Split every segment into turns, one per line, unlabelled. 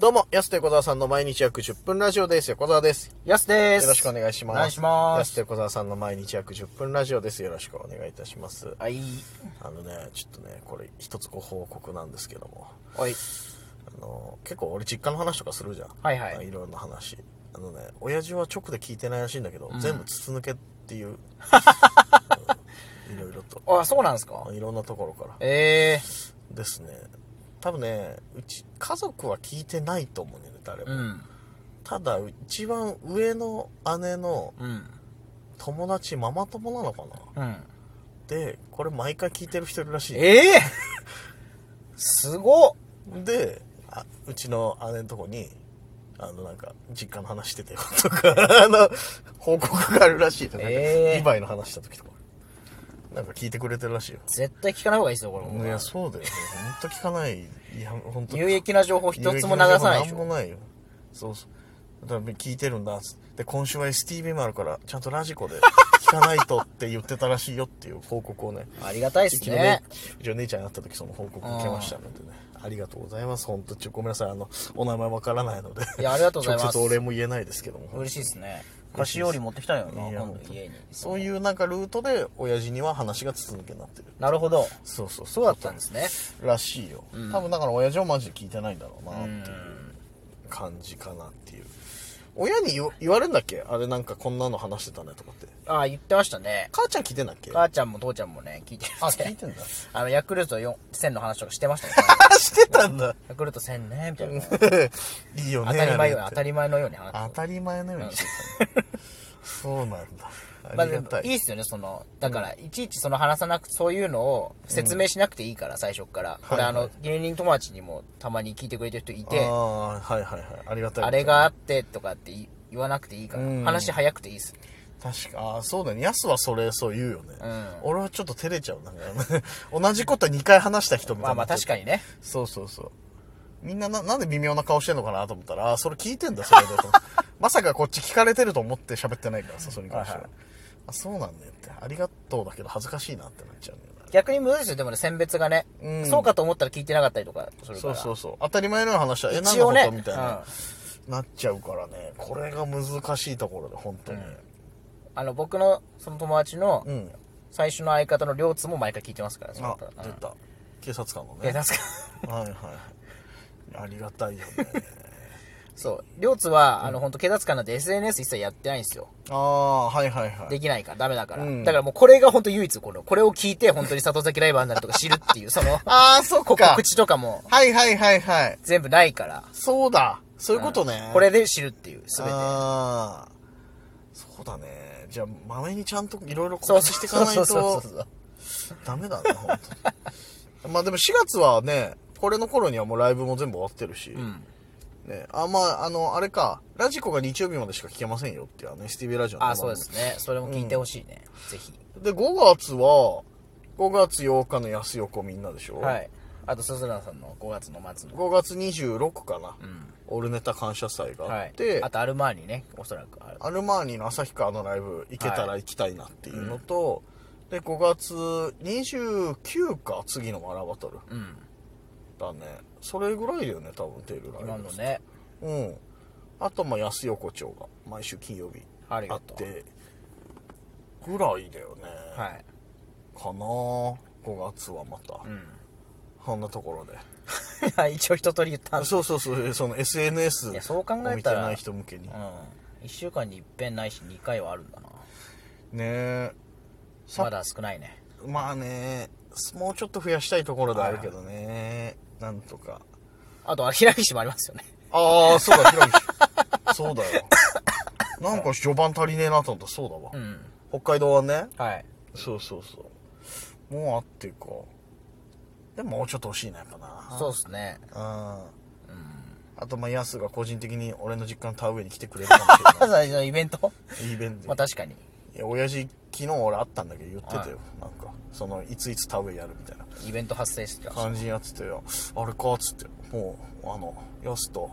どうも、安手小沢さんの毎日約10分ラジオです。横澤です。
やすです。
よろしくお願いします。
お願いしま
安
す。
手小沢さんの毎日約10分ラジオです。よろしくお願いいたします。
はい。
あのね、ちょっとね、これ一つご報告なんですけども、
はい。
あの、結構俺実家の話とかするじゃん。
はいはい
あいろんな話。あのね、親父は直で聞いてないらしいんだけど、全部筒抜けっていう、うんいろいろ と。
あ、そうなんですか
いろんなところから。
ええ
ですね。多分ね、うち、家族は聞いてないと思うんだよね、誰も。
うん。
ただ一番上の姉の
うん。
友達ママ友なのかな
うん。
でこれ毎回聞いてる人いるらしい
ええすごっ
であうちの姉のとこにあのなんか実家の話してたよ とかあの報告があるらしいとか、
ええ
リヴァイの話した時とかなんか聞いてくれてるらしいよ
絶対聞かない方がいいですよ、これも。
いやそうだよ本当聞かないいや本当
有益な情報一つも流さないでし
有益な情報
ょ。
んもないよそうそうだから聞いてるんだっつってで今週は STV もあるからちゃんとラジコで聞かないとって言ってたらしいよっていう報告をね
ありがたいです
昨日ね
ね。
うちの姉ちゃんに会った時その報告受けましたのでねありがとうございます本当ちょごめんなさいあのお名前わからないので
いやありがとうございます
直接お礼も言えないですけども
嬉しいですね。菓子折り持ってきたよな、
いや
今度家に。
そういうなんかルートで親父には話が筒抜けになってる
なるほど。
そうそうそ
そうう
だ
だ
っ
った
ん
たん
で
ですすね。
らしいよ、多分だから親父はマジで聞いてないんだろうなっていう感じかなっていう親に言わ言われるんだっけあれなんかこんなの話してたねとかって
あ、言ってましたね。
母ちゃん聞いてんだっけ
母ちゃんも父ちゃんもね、聞いてる
あ聞いてんだ
あの、ヤクルト4 1000の話とかしてましたね。
あしてたんだ
ヤクルト1000ね、みたいな。
いいよ
当
ね
たり前よ
あれって
当たり前のように話
当たり前のようにして たねそうなんだあ
まあ、
り
で
が
も
たい、
いいっすよね、その、だから、いちいちその話さなく、そういうのを説明しなくていいから、最初から。これ、
はい
あ
はい
の、芸人友達にもたまに聞いてくれてる人いて、
ああーはいはいはいありがたい
あれがあってとかってい言わなくていいから、
うん
話早くていいっす。
確かあーそうだねヤスはそれそう言うよね、
ん
俺はちょっと照れちゃうなんかね 同じこと2回話した人みたい
まあ
に
ま
なっ
あ、
ちゃって
確かにね。
そうそうそう。みんなな、なんで微妙な顔してんのかなと思ったら、あーそれ聞いてんだ、それでと。 まさかこっち聞かれてると思って喋ってないからさ、それに関しては。
はいは
あ、そうなんだよって。ありがとうだけど恥ずかしいなってなっちゃうんだよな。
逆にむずいですよ、でもね、選別がね、
うん
そうかと思ったら聞いてなかったりとかするか
そう
ら。
そうそう。当たり前のような話は、え、なん
一
の
応
こ
ね
とみたいな、なっちゃうからね。これが難しいところで、本当に。
あの、僕の、その友達の
うん。、
最初の相方の両津も毎回聞いてますから、そ
あ
の方、
出た。警察官の
え、
ね。
確か
はいはい。ありがたいよね。
そう。両津は、あの、本当警察官なんて SNS 一切やってないんですよ。
ああ、はいはいはい。
できないから、ダメだから。
うん
だからもうこれが本当唯一、この、これを聞いて、本当に里崎ライバーになるとか知るっていう、その、
ああ、そっか
告。知とかも
はいはいはいはい。
全部ないから。
そうだ。そういうことね。
これで知るっていう、すべて。
ああそうだねじゃあまめにちゃんといろいろ
そ
告
う
知
そ
してい
う
かない
そうそう
と
そう。
ダメだね本当にまあでも4月はねこれの頃にはもうライブも全部終わってるし、
うん。
ね、あまああのあれかラジコが日曜日までしか聞けませんよっていうあの STV ラジオの
あ、そうですね。それも聞いてほしいね。ぜひ。
で5月は5月8日の安横みんなでしょ、
はい。あと、すずらさんの5月の末の。
5月26かな、
ん
オルネタ感謝祭が
は
あっ
い
て、。
あと、アルマーニね、おそらくある。
アルマーニの旭川のライブ行けたら行きたいなっていうのと、で5月29か次のマラバトル
うん。
だねそれぐらいだよね多分出るラ
今
イブ
のね。
うんあとまあ安横丁が毎週金曜日
あり
あ
が
っ
とう。
てぐらいだよね、
はい。
かなあ5月はまた、
うん。
そんなところで
いや一応一通り言ったんです
そうそうそうその SNS
いやそう考えたら
を見てない人向けに
うん。1週間に一遍ないし、2回はあるんだな。
ねえさ
まだ少ないね。
まあね、もうちょっと増やしたいところではあるけどね、なんとか。
あと、平岸もありますよね。
ああ、そうだ、ひろみ。 そうだよ。なんか序盤足りねえなと思ったそうだわ、
うん。
北海道はね。
はい。
そうそうそう。もうあっていうか。でももうちょっと欲しいな、やっぱな。
そうですね。
うん。あと、まあ、ヤスが個人的に俺の実家の田植えに来てくれるかもし れな
最初のイベント
い。いい弁で
まあ。確かに。
いや、親父、昨日俺会ったんだけど言ってたよ。なんか、その、いついつ田植えやるみたいな。
イベント発生してた。
感じになってて、あれかっつって、もう、あの、ヤスと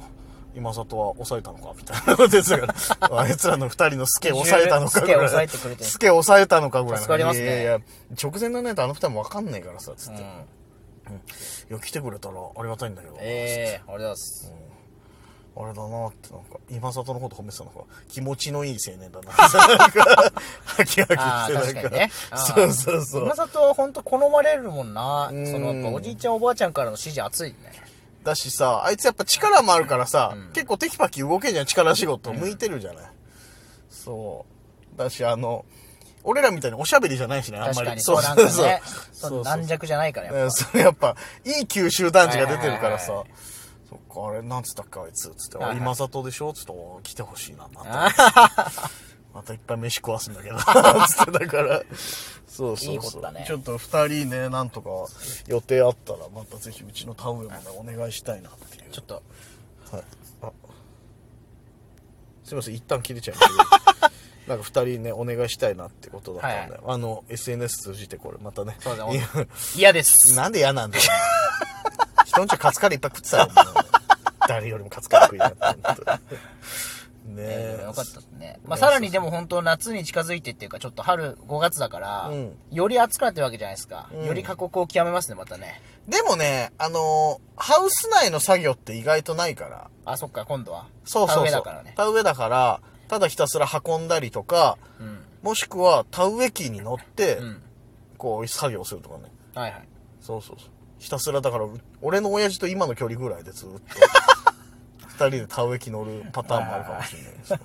今里は抑えたのかみたいなことですから、 あいつらの二人のスケ抑えたのかぐらい。
スケ抑えてくれて
スケ抑えたのかぐらいの
助かります
い
ね
やいや、直前のねとあの二人もわかんないからさ、つって。
うん
いや、来てくれたらありがたいんだけど。
ええありがとうございます。
あれだなってなんか今里のこと褒めてたのか気持ちのいい青年だな ってなんかハキハ
ああ、
キして
確
な
か
んか
にね。あー
そうそうそ
今
う
里は本当好まれるもんな。
うん
そのやっぱおじいちゃんおばあちゃんからの支持熱いね。
だしさあいつやっぱ力もあるからさ、結構テキパキ動けんじゃん力仕事向いてるじゃない、そうだしあの俺らみたいにおしゃべりじゃないしねあんま
確
り
かに。そうなんかね。
そう
そ
そうう
軟弱じゃないから、やっ
ねそれやっぱ、いい九州男児が出てるからさ、
はいはいはい
そっか、あれ、なんつったっけ、あいつ、つって、
はいは
あ
い
今里でしょつって、お来てほしいな、
ぱ。
ま
あ
た、 またいっぱい飯食わすんだけど、 つって、だから、そうそうそう。
いいことだね
ちょっと二人ね、なんとか予定あったら、またぜひうちの田植えもね、お願いしたいなっていう。
ーちょっと、
はい。あすいません、一旦切れちゃいましたけど。なんか二人ね、お願いしたいなってことだったんで、
は
あの、SNS 通じてこれまたね、
そうだね
今
嫌です。
なんで嫌なんだよ。人んちはカツカレーいっぱい食ってたよ。もう誰よりもカツカレー食いやがって。本当にねえ。
よかったですね。まあ、さらにでも本当夏に近づいてっていうか、ちょっと春5月だから、
うん
より暑くなってるわけじゃないですか。より過酷を極めますね、またね。
でもね、あのーハウス内の作業って意外とないから。
あ、そっか、今度は。
そうそうそう。
田植えだからね。
田植えだから、ただひたすら運んだりとか、
うん。
もしくは田植え機に乗って、
うん。
こう作業するとかね。
はいはい。
そうそうそう。ひたすらだから、う俺の親父と今の距離ぐらいでずっと、二人で田植え機乗るパターンもあるかもしれないですね。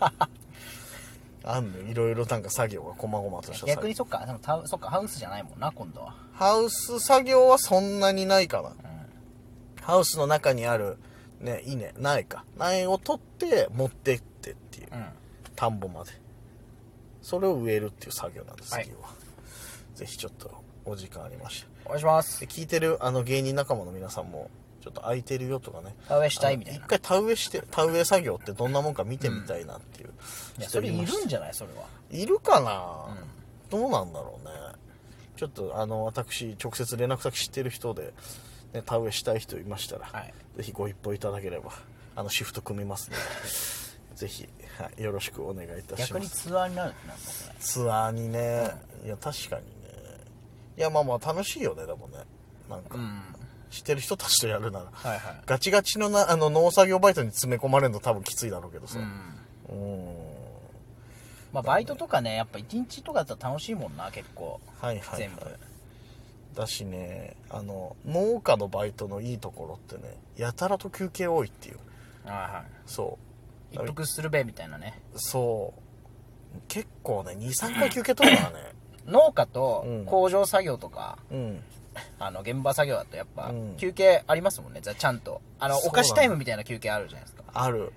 あんねんいろいろなんか作業が細々とした作
逆
業
に。そっか、でもタウそっか、ハウスじゃないもんな、今度は。
ハウス作業はそんなにないかな。ハウスの中にある、ね、稲、苗か。苗を取って持ってってっていう。
うん。
田んぼまで。それを植えるっていう作業なんです、
はい
次は。ぜひちょっとお時間ありましたら
お願いします
で。聞いてるあの芸人仲間の皆さんもちょっと空いてるよとかね
田植えしたいみたいな
あの一回田植えして田植え作業ってどんなもんか見てみたいなっていう、
いや、それい
ま
る
し
んじゃないそれは。
いるかな、どうなんだろうねちょっとあの私直接連絡先知ってる人で、ね、田植えしたい人いましたら、
はい
ぜひご一報いただければあのシフト組みますのでぜひ、はい、よろしくお願いいたします
逆にツアーになるってなんかそれ。
ツアーにね、いや確かにねいやまあまあ楽しいよねでもねなんか、知ってる人たちとやるなら、
はいはい
ガチガチのなあの農作業バイトに詰め込まれるの多分きついだろうけどさうん
まあ、バイトとかね、やっぱ一日とかだったら楽しいもんな、結構。
はいはい、はい
全、部。
だしねあの農家のバイトのいいところってねやたらと休憩多いっていう
はいは
そう
い。一服するべ、みたいなね。
そう結構ね23回休憩取るから ね
農家と
うん
工場作業とか、
うん
あの、現場作業だとやっぱ
うん、
休憩ありますもんね、じゃあちゃんと。あの、
そうだね
お菓子タイムみたいな休憩あるじゃないですか。
ある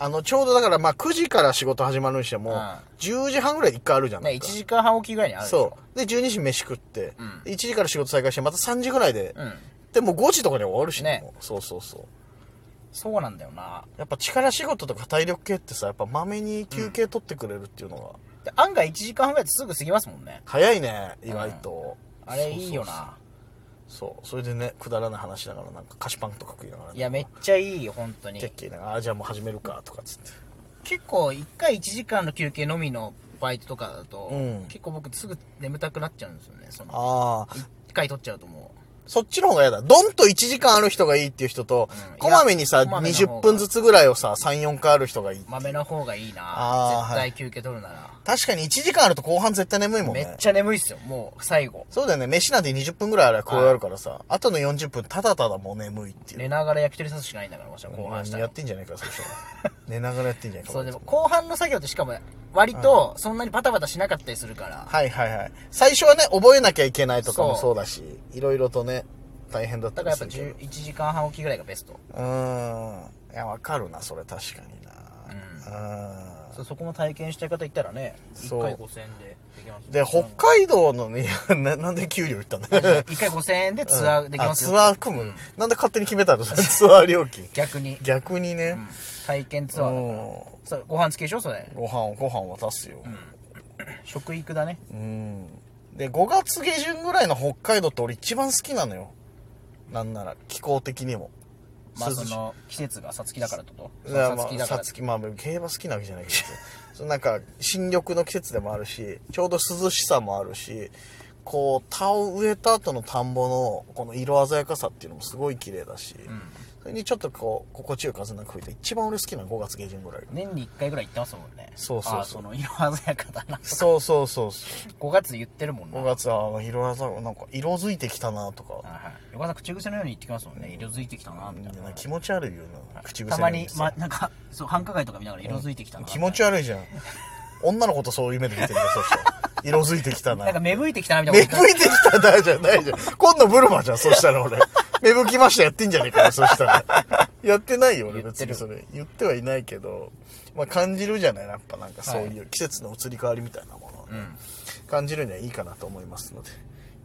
あのちょうどだからまあ9時から仕事始まるにしても、
うん
10時半ぐらいで1回あるじゃんな
ね、
い
1
か
時間半おきぐらいにあるでしょ
そ。うで12時飯食って、
うん
1時から仕事再開してまた3時ぐらいで、
うん。
でもう5時とかには終わるし
ね
もうそうそうそう
そうなんだよな。
やっぱ力仕事とか体力系ってさやっぱまめに休憩取ってくれるっていうのが、
で案外1時間半ぐらいですぐ過ぎますもんね。
早いね意外と、
あれいいよな。
そうそうそうそれでねくだらない話しながらなんか菓子パンとか食いながら、ね、
いや、めっちゃいいよ、本当
てっ
に。
きりなんかあじゃあもう始めるかとかっつって
結構、1回1時間の休憩のみのバイトとかだと、
うん
結構僕すぐ眠たくなっちゃうんですよね。その、
ああ
1回取っちゃうとも
そっちの方が嫌だ。ドンと1時間ある人がいいっていう人と、
うん
こまめにさ、
いやこまめな方が
20分ずつぐらいをさ、3、4回ある人がいい。
う、豆の方がいい
あー
な。絶
は
対
い
休憩取るなら。
確かに1時間あると後半絶対眠いもん
め
ね。
っちゃ眠いっすよ、もう、最後。
そうだよね。飯なんて20分ぐらいあれば食い終わるからさ、あとの40分ただただもう眠いっていう。
寝ながら焼き鳥刺すしかないんだから、もちろん後半した
や
ら
っ。てんじゃないか、最初。 寝ながらやってんじゃないか。
そう、で
俺
も、後半の作業ってしかも、割と、そんなにバタバタしなかったりするから。
はいはいはい。最初はね、覚えなきゃいけないとかも
そ
そうだし、いろいろとね、大変だった
だか
り
らやっ
す
ぱ
るけど
10 1時間半おきぐらいがベスト。
うーん。いや、わかるな、それ確かにな。うん
そうそこも体験したい方いたらね、
そ
1
う
回5000円でできますよ。
で、北海道のね、いやななんで給料言ったんだよ。
一回5000円でツアーできますよ、
あツアー組む、なんで勝手に決めたの ツアー料金。
逆に、
逆にね、
体験ツアーだからそうご飯付きでしょそれ
ご飯を、ご飯渡すよ。
食育だね
うん。で、5月下旬ぐらいの北海道って俺一番好きなのよ。なんなら、気候的にも。
まあ
涼し
そ
い
の季節がさつきだからとと
いやま
さつき
あ、
だか
さ
ら
つき、まあ、競馬好きなわけじゃないけど、 そうなんか、新緑の季節でもあるし、ちょうど涼しさもあるし、こう、田を植えた後の田んぼの、この色鮮やかさっていうのもすごい綺麗だし、それにちょっとこう心地よい風なんか吹いて一番俺好きなの5月下旬ぐらいが
年に1回ぐらい行ってますもんね
そうそうそう
あその色鮮やかだな
そうそうそうそう
5月言ってるもんな
5月は色鮮やなんか色づいてきたなとか
はいはい横田さん口癖のように言ってきますもんね色づいてきたなみたいな
なんか気持ち悪いよな口癖の
たま
意
に
味、さ
ま、なんかそう繁華街とか見ながら色づいてきたな
気持ち悪いじゃん女の子とそういう目で見てるよそしたら色づいてきたな
なんか芽吹いてきたなみたい
芽
なこと
吹いてきたなじゃないじゃん今度ブルマじゃんそしたら俺芽吹きましたやってんじゃねえかよそしたらやってないよ俺
言っ
別
て
に
る
それ言ってはいないけど、まあ、感じるじゃないやっぱなんかそういう季節の移り変わりみたいなものをね、感じるにはいいかなと思いますので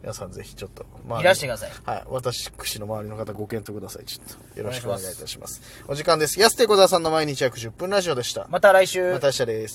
皆さんぜひちょっと、ま
いらしてください
はい私串の周りの方ご検討くださいちょっとよろしくお願いいたしますお時間です安手小沢さんの毎日約10分ラジオでした
また来週
また明日です